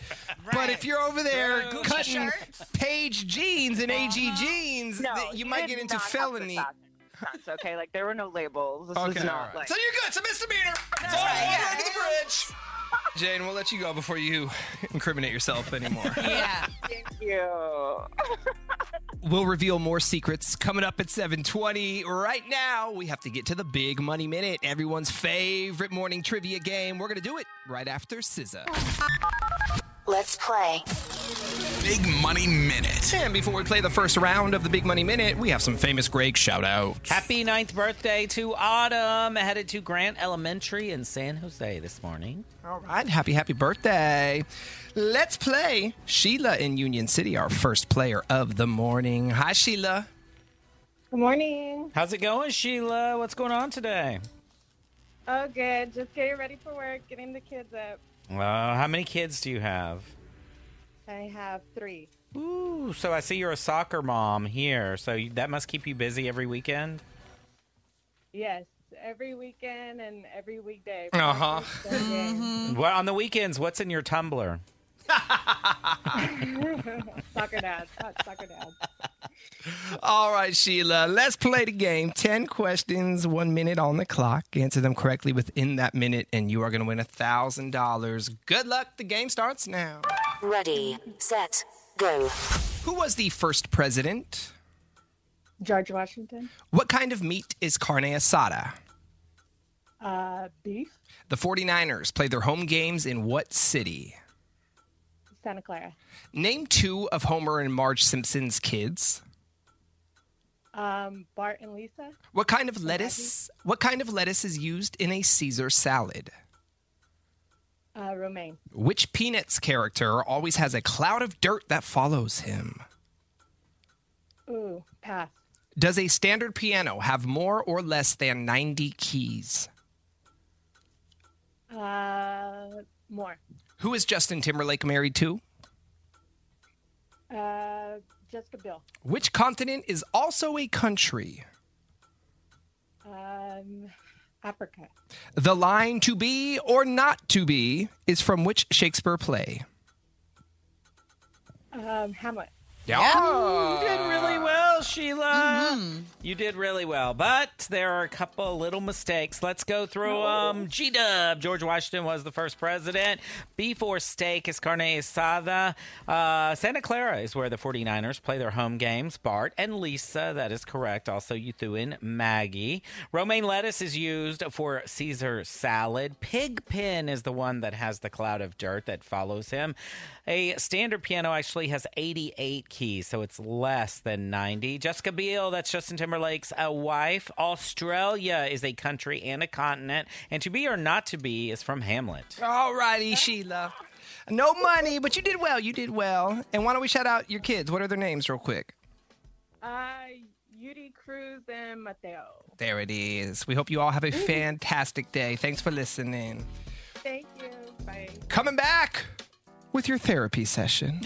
But if you're over there
True. Gucci
cutting
shirts.
page jeans and AG jeans,
No,
th- you
he
might
did
get into
not have good
felony.
fashion sense, okay, like there were no labels. This was
Okay,
not
all right.
like
So you're good. It's a misdemeanor. It's all right. Under the bridge. Jane, we'll let you go before you incriminate yourself anymore.
Yeah.
Thank you.
we'll reveal more secrets coming up at 720. Right now, we have to get to the big money minute, everyone's favorite morning trivia game. We're going to do it right after SZA.
Let's play.
Big Money Minute. And before we play the first round of the Big Money Minute, we have some famous Greg shout outs.
Happy ninth birthday to Autumn, headed to Grant Elementary in San Jose this morning.
All right, happy, happy birthday. Let's play Sheila in Union City, our first player of the morning. Hi, Sheila.
Good morning.
How's it going, Sheila? What's going on today?
Oh, good. Just getting ready for work, getting the kids up.
Uh, how many kids do you have?
I have three.
Ooh, so I see you're a soccer mom here, so you, that must keep you busy every weekend.
Yes, every weekend and every weekday.
Oh.
Uh-huh.
Mm-hmm.
Practice,
Well, on the weekends, what's in your Tumblr?
so good. soccer dad. Hot soccer dad.
All right, Sheila, let's play the game. 10 questions, one minute on the clock. Answer them correctly within that minute, and you are going to win $1,000. Good luck. The game starts now.
Ready, set, go.
Who was the first president?
George Washington.
What kind of meat is carne asada?
Uh, beef.
The 49ers play their home games in what city?
Santa Clara.
Name two of Homer and Marge Simpson's kids.
Um, Bart and Lisa.
What kind of lettuce? What kind of lettuce is used in a Caesar salad?
Uh, Romaine.
Which Peanuts character always has a cloud of dirt that follows him?
Ooh, pass.
Does a standard piano have more or less than 90 keys?
Uh, more.
Who is Justin Timberlake married to?
Uh, Jessica Bill.
Which continent is also a country?
Um, Africa.
The line to be or not to be is from which Shakespeare play?
Um, Hamlet.
Yeah.
you did really
well well, Sheila. You did really well, but there are a couple little mistakes. Let's go through them. G Dub, George Washington was the first president. Before steak is carne asada. Uh, Santa Clara is where the 49ers play their home games. Bart and Lisa, that is correct. Also, you threw in Maggie. Romaine lettuce is used for Caesar salad. Pigpen is the one that has the cloud of dirt that follows him. A standard piano actually has 88 keys, so it's less than 90. Jessica Biel, that's Justin Timberlake's uh, wife. Australia is a country and a continent. And to be or not to be is from Hamlet.
Alrighty, Sheila. No money, but you did well. You did well. And why don't we shout out your kids? What are their names, real quick?
Uh, Yuri Cruz and Mateo.
There it is. We hope you all have a fantastic day. Thanks for listening.
Thank you. Bye.
Coming back with your therapy session.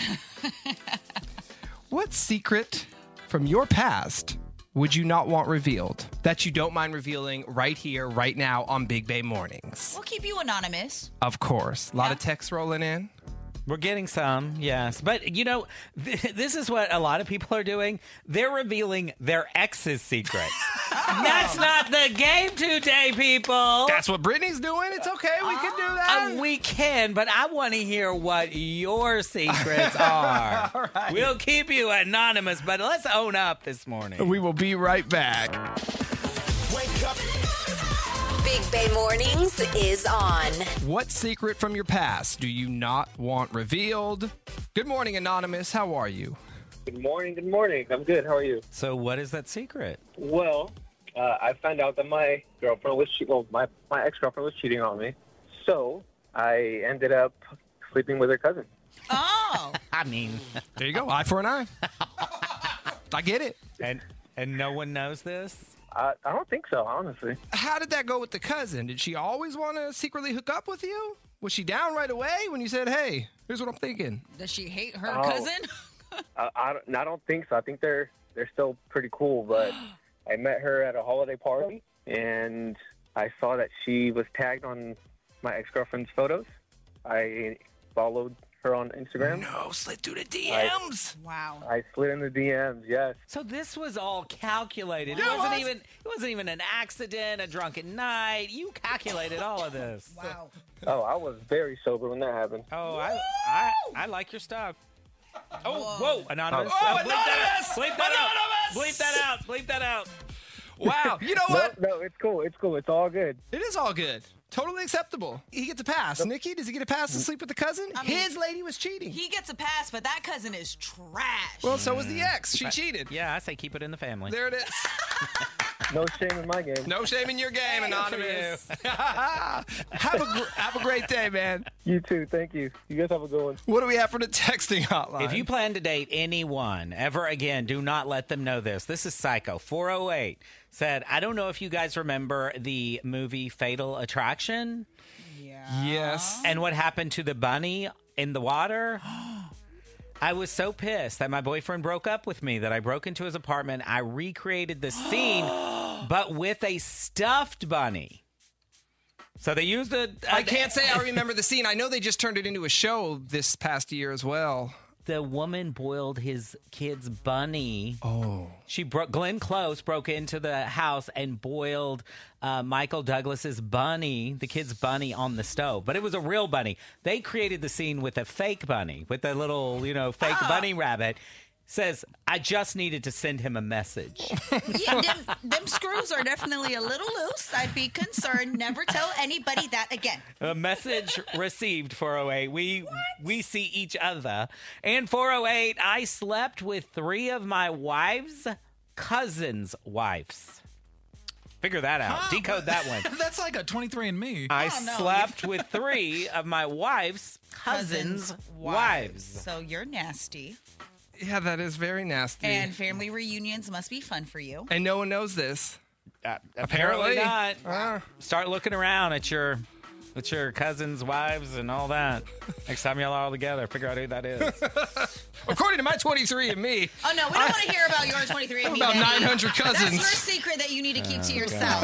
what secret from your past would you not want revealed that you don't mind revealing right here, right now on Big Bay Mornings?
We'll keep you anonymous.
Of course. A lot of texts rolling in.
We're getting some, yes. But you know, th- this is what a lot of people are doing. They're revealing their ex's secrets. That's not the game today, people. Uh,
That's what Brittany's doing. It's okay. We can do that.
we can, but I want to hear what your secrets are.
All right.
We'll keep you anonymous, but let's own up this morning.
We will be right back.
Big Bay Mornings is on.
What secret from your past do you not want revealed? Good morning, Anonymous. How are you?
Good morning. Good morning. I'm good. How are you?
So, what is that secret?
Well, uh, I found out that my girlfriend was che- well, my my ex girlfriend was cheating on me, so I ended up sleeping with her cousin.
Oh.
I mean,
there you go. Eye for an eye. I get it.
And and no one knows this.
I, I don't think so, honestly.
How did that go with the cousin? Did she always want to secretly hook up with you? Was she down right away when you said, "Hey, here's what I'm thinking"?
Does she hate her
Oh.
cousin?
I, I don't- I don't think so. I think they're they're still pretty cool, but I met her at a holiday party and I saw that she was tagged on my ex girlfriend's photos. I followed her on Instagram.
No, slid through the
DMs.
Wow.
I slid in the DMs. Yes.
So this was all calculated.
Yeah,
it
it
wasn't
was.
even it wasn't even an accident, a drunken night. You calculated all of this.
Wow.
Oh, I was very sober when that happened.
Oh, I, I I like your stuff. Oh, whoa, anonymous.
Oh,
bleep that out. Bleep that
anonymous!
out. Bleep that out. Bleep that out.
Wow. You know
No,
what?
No, it's cool. It's cool. It's all good.
It is all good. Totally acceptable. He gets a pass. Nikki, does he get a pass to
Mm-hmm.
sleep with the cousin?
I mean-
His lady was cheating.
He gets a pass, but that cousin is trash.
well, so was the
Mm.
ex. She cheated.
Yeah, I say keep it in the family.
There it is.
No shame in my game.
No shame in your game,
for
Anonymous. have, a gr- have a great day, man.
You too. Thank you. You guys have a good one.
What do we have for the texting hotline?
If you plan to date anyone ever again, do not let them know this. This is psycho. 408 said, I don't know if you guys remember the movie Fatal Attraction
Yeah.
Yes.
and what happened to the bunny in the water. I was so pissed that my boyfriend broke up with me that I broke into his apartment. I recreated the scene, but with a stuffed bunny. So they used a. I
I can't say I remember the scene. I know they just turned it into a show this past year as well.
the woman boiled his kid's bunny.
Oh.
She broke. Glenn Close broke into the house and boiled uh, Michael Douglas's bunny, the kid's bunny, on the stove. But it was a real bunny. They created the scene with a fake bunny, with a little, you know, fake bunny rabbit. Says, I just needed to send him a message.
Yeah, them, them screws are definitely a little loose. I'd be concerned. Never tell anybody that again.
a message received 408 we we see each other and 408 i slept with three of my wife's cousins wives figure that out
Huh?
decode that one
That's like a 23 and me.
i
Oh, no.
slept with three of my wife's cousins wives
So you're nasty.
Yeah, that is very nasty.
And family reunions must be fun for you.
And no one knows this.
Uh,
Apparently.
not
Ah.
start looking around at your at your cousins wives and all that next time y'all are all together figure out who that is
According to my 23 and me,
Oh no, we don't want to hear about your 23 and me.
about 900
That's your
cousins.
Oh,
secret that you need to keep to yourself.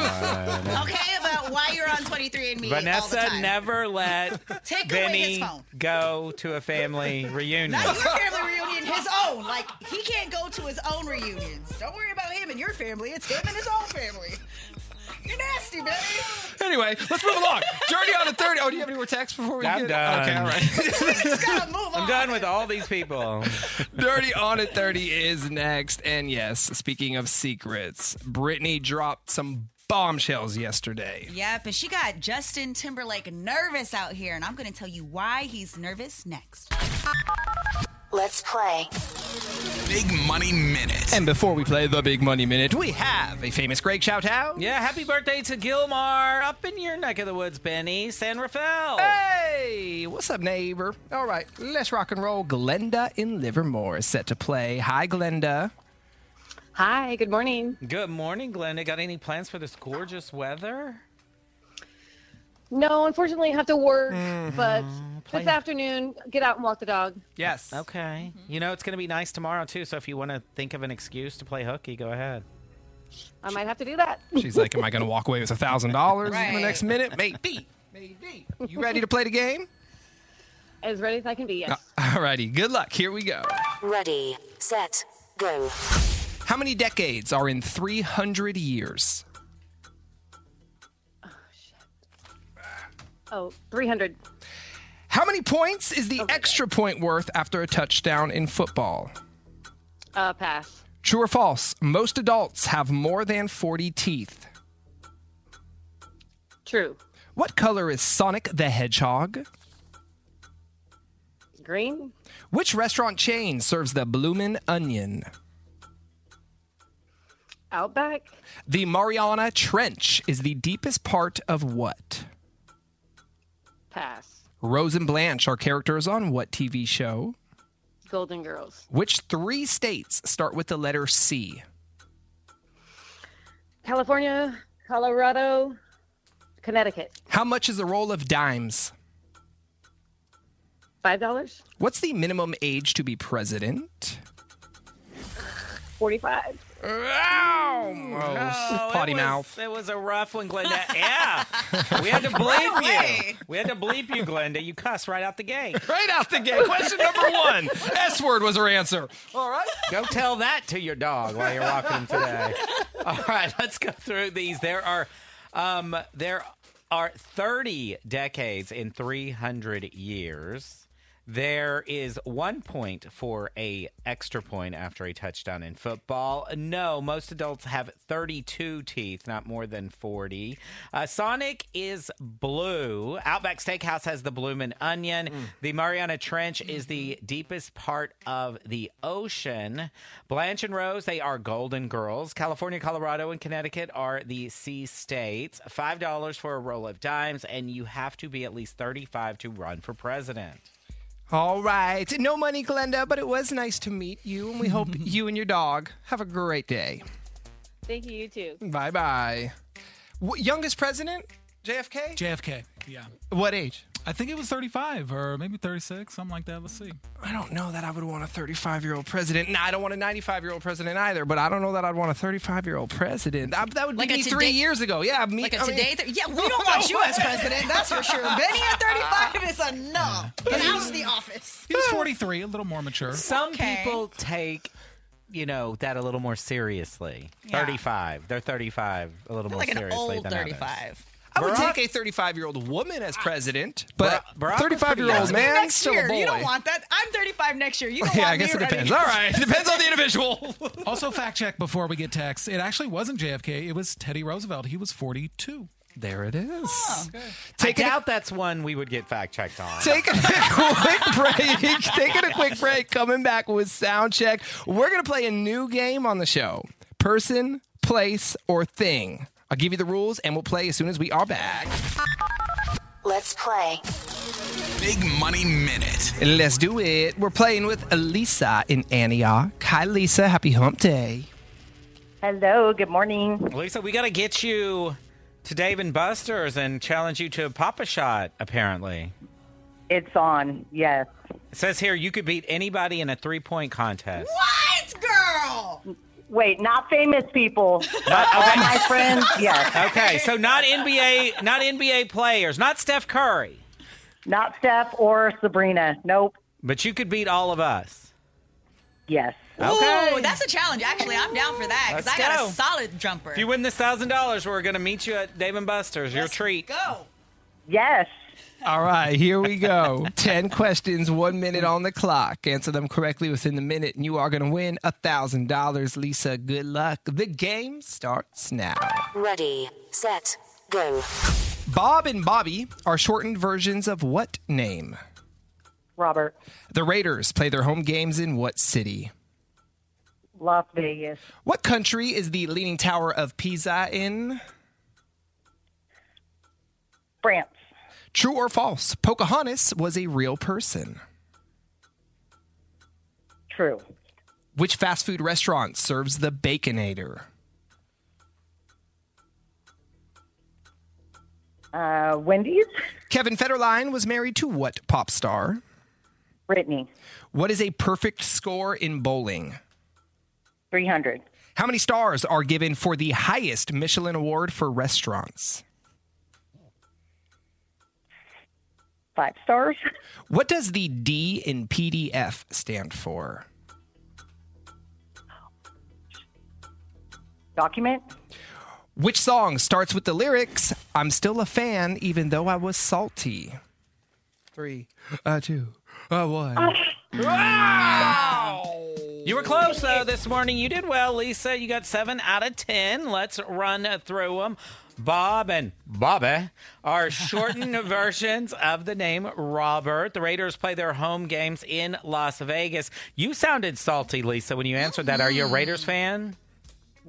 okay, about out why you're on 23andMe. all the
Vanessa
time.
never let
Take away his
Benny
phone.
go to a family reunion.
Not your family reunion, his own. Like he can't go to his own reunions. Don't worry about him and your family. It's him and his own family. You're nasty, baby.
Anyway, let's move along. Journey on to 30. Oh, do you have any more texts before we
I'm
get
done.
Okay, all right.
I'm done with all these people.
Dirty on at 30 is next. And yes, speaking of secrets, Britney dropped some bombshells yesterday.
Yep, and she got Justin Timberlake nervous out here, and I'm going to tell you why he's nervous next.
Let's play.
Big Money Minute. And before we play the Big Money Minute, we have a famous Greg shout out.
Yeah, happy birthday to Gilmar up in your neck of the woods, Benny San Rafael.
Hey, what's up, neighbor? All right, let's rock and roll. Glenda in Livermore is set to play. Hi, Glenda.
Hi, good morning.
Good morning, Glenda. Got any plans for this gorgeous weather?
No, unfortunately, I have to work, but this afternoon, get out and walk the dog.
Yes.
Okay. You know it's going to be nice tomorrow too. So if you want to think of an excuse to play hooky, go ahead.
I might have to do that.
She's like, Am I going to walk away with a $1,000 in the
Right.
next minute? Maybe. You ready to play the game?
As ready as I can be, yes.
All righty, good luck. Here we go.
Ready, set, go.
How many decades are in 300 years?
Oh, 300.
How many points is the extra point worth after a touchdown in football?
Uh, pass.
True or false? Most adults have more than 40 teeth.
True.
What color is Sonic the Hedgehog?
Green?
Which restaurant chain serves the Bloomin' Onion?
Outback?
The Mariana Trench is the deepest part of what?
Pass.
Rose and Blanche are characters on what TV show?
Golden Girls.
Which three states start with the letter C?
California, Colorado, Connecticut.
How much is a roll of dimes?
$5?
What's the minimum age to be president?
45
Oh, Gross. Potty
it was,
mouth.
It was a rough one, Glenda. Yeah. we had to
Right
bleep you.
away.
We had to bleep you, Glenda. You cuss right out the gate.
Right out the gate. Question number one. S word was her answer. All right.
Go tell that to your dog while you're walking him today. All right, let's go through these. There are um there are 30 decades in 300 years. There is one point for a extra point after a touchdown in football. No, most adults have 32 teeth, not more than 40. Uh, Sonic is blue. Outback Steakhouse has the bloomin' onion. The Mariana Trench is the deepest part of the ocean. Blanche and Rose, they are golden girls. California, Colorado, and Connecticut are the sea states. $5 for a roll of dimes, and you have to be at least 35 to run for president.
All right. No money, Glenda, but it was nice to meet you, and we hope you and your dog have a great day.
Thank you, you too.
Bye bye. W- youngest president? JFK?
JFK. Yeah.
What age?
I think it was 35 or maybe 36, something like that. Let's see.
I don't know that I would want a 35 year old president, and I don't want a 95 year old president either, but I don't know that I'd want a 35 year old president. I- that would
Like
be
a
me
today-
three years ago. Oh, Yeah, me.
Like a
I mean-
today, th- yeah, we don't want you as president, that's for sure. Benny at 35 is enough. Get out of the office.
He was 43, a little more mature.
Some
Okay.
people take, you know, that a little more seriously.
Yeah.
35. They're 35 a little more
like an
seriously
old
than others.
35. I would
Barack-
take a 35 year old woman as president, but
Barack was
35 year
pretty
old
young.
man
next
still
year,
a boy.
you don't want that. I'm 35 next year. You don't
yeah,
want
I
me
guess it depends.
running.
All right, depends on the individual.
also, fact check before we get text. It actually wasn't JFK. It was Teddy Roosevelt. He was 42.
There it is.
Oh,
I doubt that's one we would get fact checked on.
Taking a quick break. Taking a quick break. Coming back with sound check. We're gonna play a new game on the show: person, place, or thing. I'll give you the rules, and we'll play as soon as we are back.
Let's play.
Big Money Minute.
Let's do it. We're playing with Elisa in Antioch. Hi, Lisa. Happy Hump Day.
Hello, good morning.
Lisa, we got to get you to Dave and Buster's and challenge you to a Papa Shot, apparently.
It's on, yes.
It says here you could beat anybody in a three point contest.
What, girl?
Wait, not famous people. But all my friends, yes.
Okay, so not NBA, not NBA players, not Steph Curry,
Not Steph or Sabrina. Nope.
but you could beat all of us.
Yes.
Ooh, that's a challenge. Actually, I'm down for that because
Let's
I got
go.
a solid jumper.
If you win this thousand dollars, we're gonna meet you at Dave and Buster's. Your treat.
Go.
Yes.
All right, here we go. 10 questions, one minute on the clock. Answer them correctly within the minute, and you are going to win $1,000. Lisa, good luck. The game starts now.
Ready, set, go.
Bob and Bobby are shortened versions of what name?
Robert.
The Raiders play their home games in what city?
Las Vegas.
What country is the Leaning Tower of Pisa in?
France.
True or false? Pocahontas was a real person.
True.
Which fast food restaurant serves the Baconator?
Uh, Wendy's.
Kevin Federline was married to what pop star?
Brittany.
What is a perfect score in bowling?
300.
How many stars are given for the highest Michelin award for restaurants?
Five stars.
What does the D in PDF stand for?
Document.
Which song starts with the lyrics, I'm still a fan even though I was salty? Three, uh, two, uh, one.
Ah.
You were close though this morning. You did well, Lisa. You got seven out of ten. Let's run through them. Bob and Bobby are shortened versions of the name Robert. The Raiders play their home games in Las Vegas. You sounded salty, Lisa, when you answered that. Are you a Raiders fan?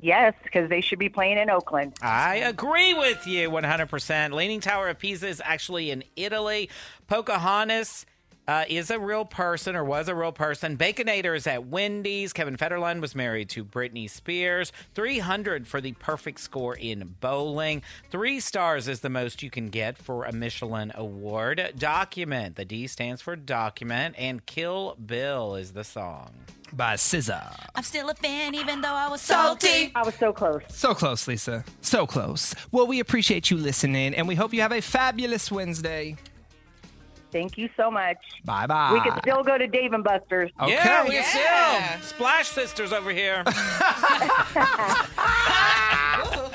Yes, because they should be playing in Oakland.
I agree with you 100%. Leaning Tower of Pisa is actually in Italy. Pocahontas uh, is a real person or was a real person. Baconator is at Wendy's. Kevin Federline was married to Britney Spears. 300 for the perfect score in bowling. Three stars is the most you can get for a Michelin award. Document, the D stands for document. And Kill Bill is the song.
By SZA.
I'm still a fan, even though I was salty.
I was so close.
So close, Lisa. So close. Well, we appreciate you listening and we hope you have a fabulous Wednesday.
Thank you so much.
Bye bye.
We could still go to Dave and Buster's.
Okay.
Yeah, we still. Splash Sisters over here.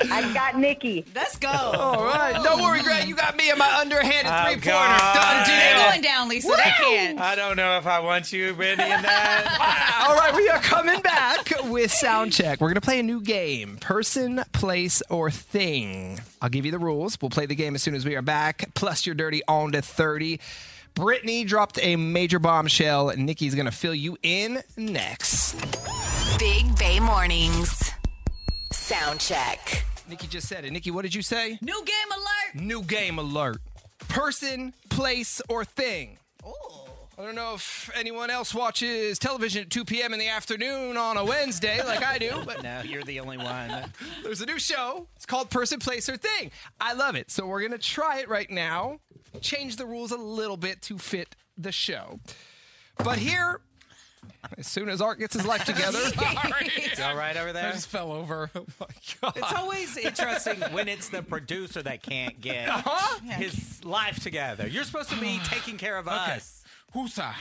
I got Nikki.
Let's go.
All right. Don't worry, Greg. You got me and my underhanded
Oh,
three pointer.
God.
Done deal.
They're going
down, Lisa. They can't.
I don't know if I want you, Brittany, in that.
All right, we are coming back with sound check. We're going to play a new game person, place, or thing. I'll give you the rules. We'll play the game as soon as we are back, plus you're dirty on to 30. Brittany dropped a major bombshell. Nikki's going to fill you in next.
Big Bay Mornings. Sound check.
Nikki just said it. Nikki, what did you say?
New game alert.
New game alert. Person, place, or thing.
Oh.
I don't know if anyone else watches television at 2 p.m. in the afternoon on a Wednesday like I do, but
no, you're the only one.
There's a new show. It's called Person, Place, or Thing. I love it. So we're going to try it right now. Change the rules a little bit to fit the show. But here, as soon as Art gets his life together.
It's all right over there.
I just fell over. Oh my God.
It's always interesting when it's the producer that can't get
Uh-huh.
his life together. You're supposed to be taking care of us.
Husa.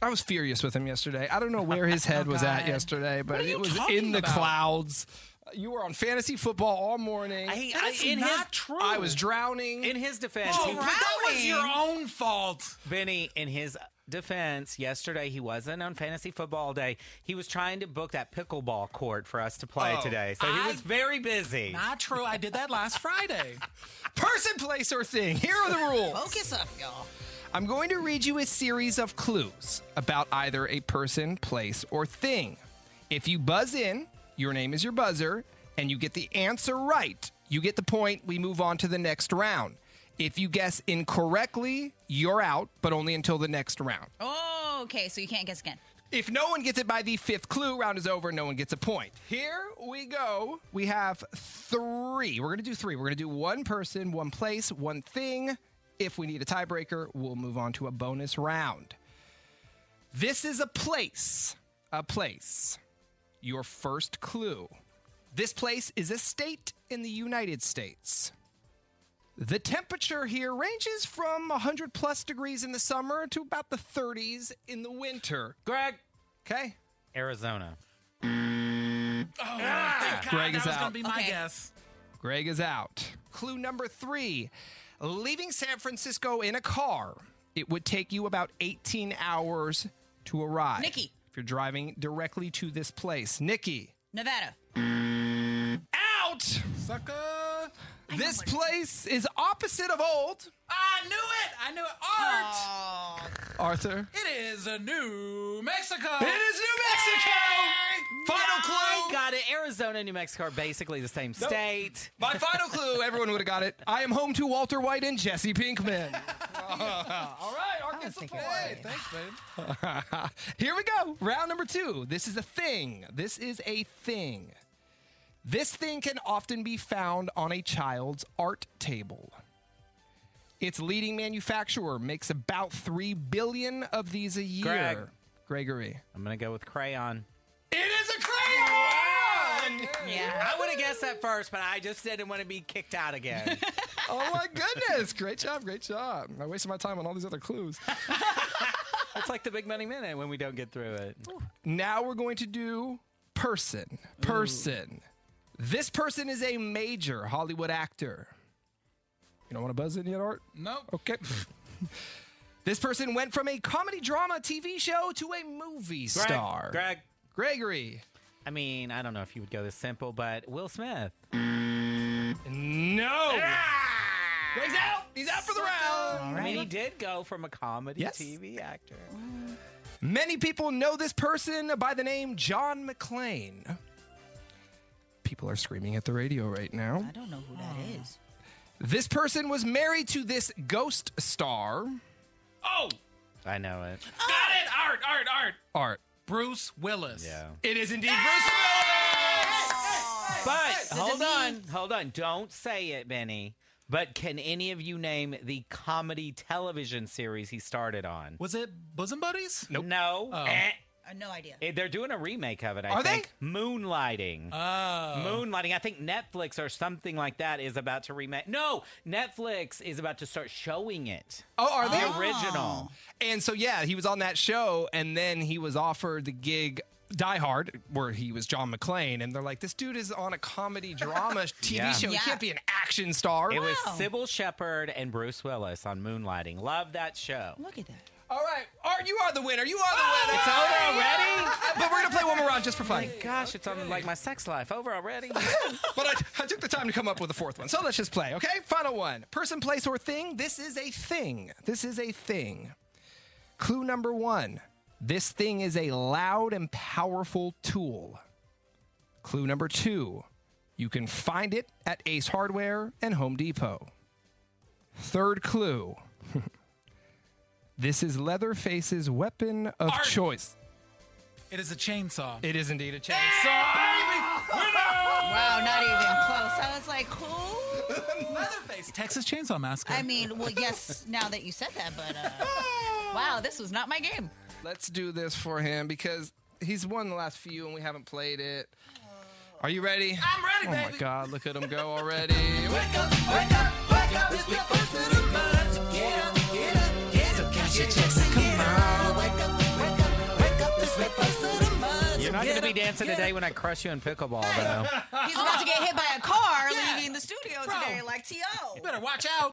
I was furious with him yesterday. I don't know where his head was at
God.
yesterday, but
What are you
it was
talking
in the
about?
clouds. You were on fantasy football all morning.
I- That I- is in not his- true.
I was drowning.
In his defense,
Oh,
he-
but that was your
own fault.
Benny, in his defense, yesterday he wasn't on fantasy football day. He was trying to book that pickleball court for us to play
Oh,
today. So
I-
he was very busy.
Not true. I did that last Friday. Oh,
Person, place, or thing. Here are the rules.
Focus up, y'all.
I'm going to read you a series of clues about either a person, place, or thing. If you buzz in, your name is your buzzer, and you get the answer right, you get the point. We move on to the next round. If you guess incorrectly, you're out, but only until the next round.
Oh, okay. So you can't guess again.
If no one gets it by the fifth clue, round is over, no one gets a point. Here we go. We have three. We're going to do three. We're going to do one person, one place, one thing. If we need a tiebreaker, we'll move on to a bonus round. This is a place. A place. your first clue. This place is a state in the United States. The temperature here ranges from 100 plus degrees in the summer to about the 30s in the winter. Greg. Okay.
Arizona.
Greg
that
is
was
out.
gonna be my guess.
Greg is out. Clue number three leaving San Francisco in a car, it would take you about 18 hours to arrive.
Nikki.
If you're driving directly to this place, Nikki.
Nevada.
Out! Sucker! This place is opposite of old.
I knew it. I knew it. Art.
Arthur.
It is a New Mexico.
It is New Mexico.
Final
I got it. Arizona, New Mexico are basically the same
Nope.
state.
My final clue, everyone would have got it. I am home to Walter White and Jesse Pinkman.
All right, Arkansas. Hey, thanks, babe.
Here we go. Round number two. This is a thing. This is a thing. This thing can often be found on a child's art table. Its leading manufacturer makes about 3 billion of these a year.
Greg.
Gregory.
I'm going to go with crayon.
It is a crayon!
Yeah. I would have guessed that first, but I just didn't want to be kicked out again.
oh my goodness. Great job. Great job. I wasted my time on all these other clues.
it's like the big money minute when we don't get through it.
Now we're going to do person. Person. This person is a major Hollywood actor. You don't want to buzz in yet, Art?
Mm.
Nope.
Okay. this person went from a comedy drama TV show to a movie
Greg,
star.
Greg.
Gregory.
I mean, I don't know if you would go this simple, but Will Smith.
No. Greg's out. He's out for the round.
I mean, he did go from a comedy TV actor.
Many people know this person by the name John McClane. People are screaming at the radio right now.
I don't know who that is.
This person was married to this ghost star.
Oh,
I know it.
got it. Art, art, art.
Art.
Bruce Willis. Yeah.
It is
Ah!
indeed Bruce
But hold on, hold on. Don't say it, Benny. But can any of you name the comedy television series he started on?
Was it Bosom Buddies?
Nope. No. Eh.
I have no idea.
Eh, They're doing a remake of it, I
Are they?
think. Moonlighting.
Oh.
Moonlighting. I think Netflix or something like that is about to remake. No, Netflix is about to start showing it.
Oh, are they
The original.
And so yeah, he was on that show, and then he was offered the gig Die Hard, where he was John McClane, and they're like, "This dude is on a comedy drama TV
Yeah.
show.
Yeah.
He can't be an action star."
It was Sybil Shepherd and Bruce Willis on Moonlighting. Love that show.
Look at that.
All right, Art, you are the winner. You are the winner.
Oh, It's over already?
but we're gonna play one more round just for fun.
My gosh, it's on like my sex life. Over already?
but I, I took the time to come up with a fourth one. So let's just play, okay? Final one. Person, place, or thing. This is a thing. This is a thing. Clue number one this thing is a loud and powerful tool. Clue number two you can find it at Ace Hardware and Home Depot. Third clue this is Leatherface's weapon of choice.
It is a chainsaw.
It is indeed a chainsaw.
Wow, not even close. I was like, who?
Leatherface. Texas Chainsaw Massacre.
I mean, well, yes, now that you said that, but uh, wow, this was not my game.
Let's do this for him because he's won the last few and we haven't played it. Are you ready? I'm ready, oh my God, look at him go already. Wake up, wake up, wake up. It's the first of the month. Get up, get up, get up. Cash your checks and get up. Wake up, wake up, wake up. It's the first of the month.
You're not going to be dancing today when I crush you in pickleball, though.
He's about to get hit by a car leaving the studio today, like T.O.
You better watch out.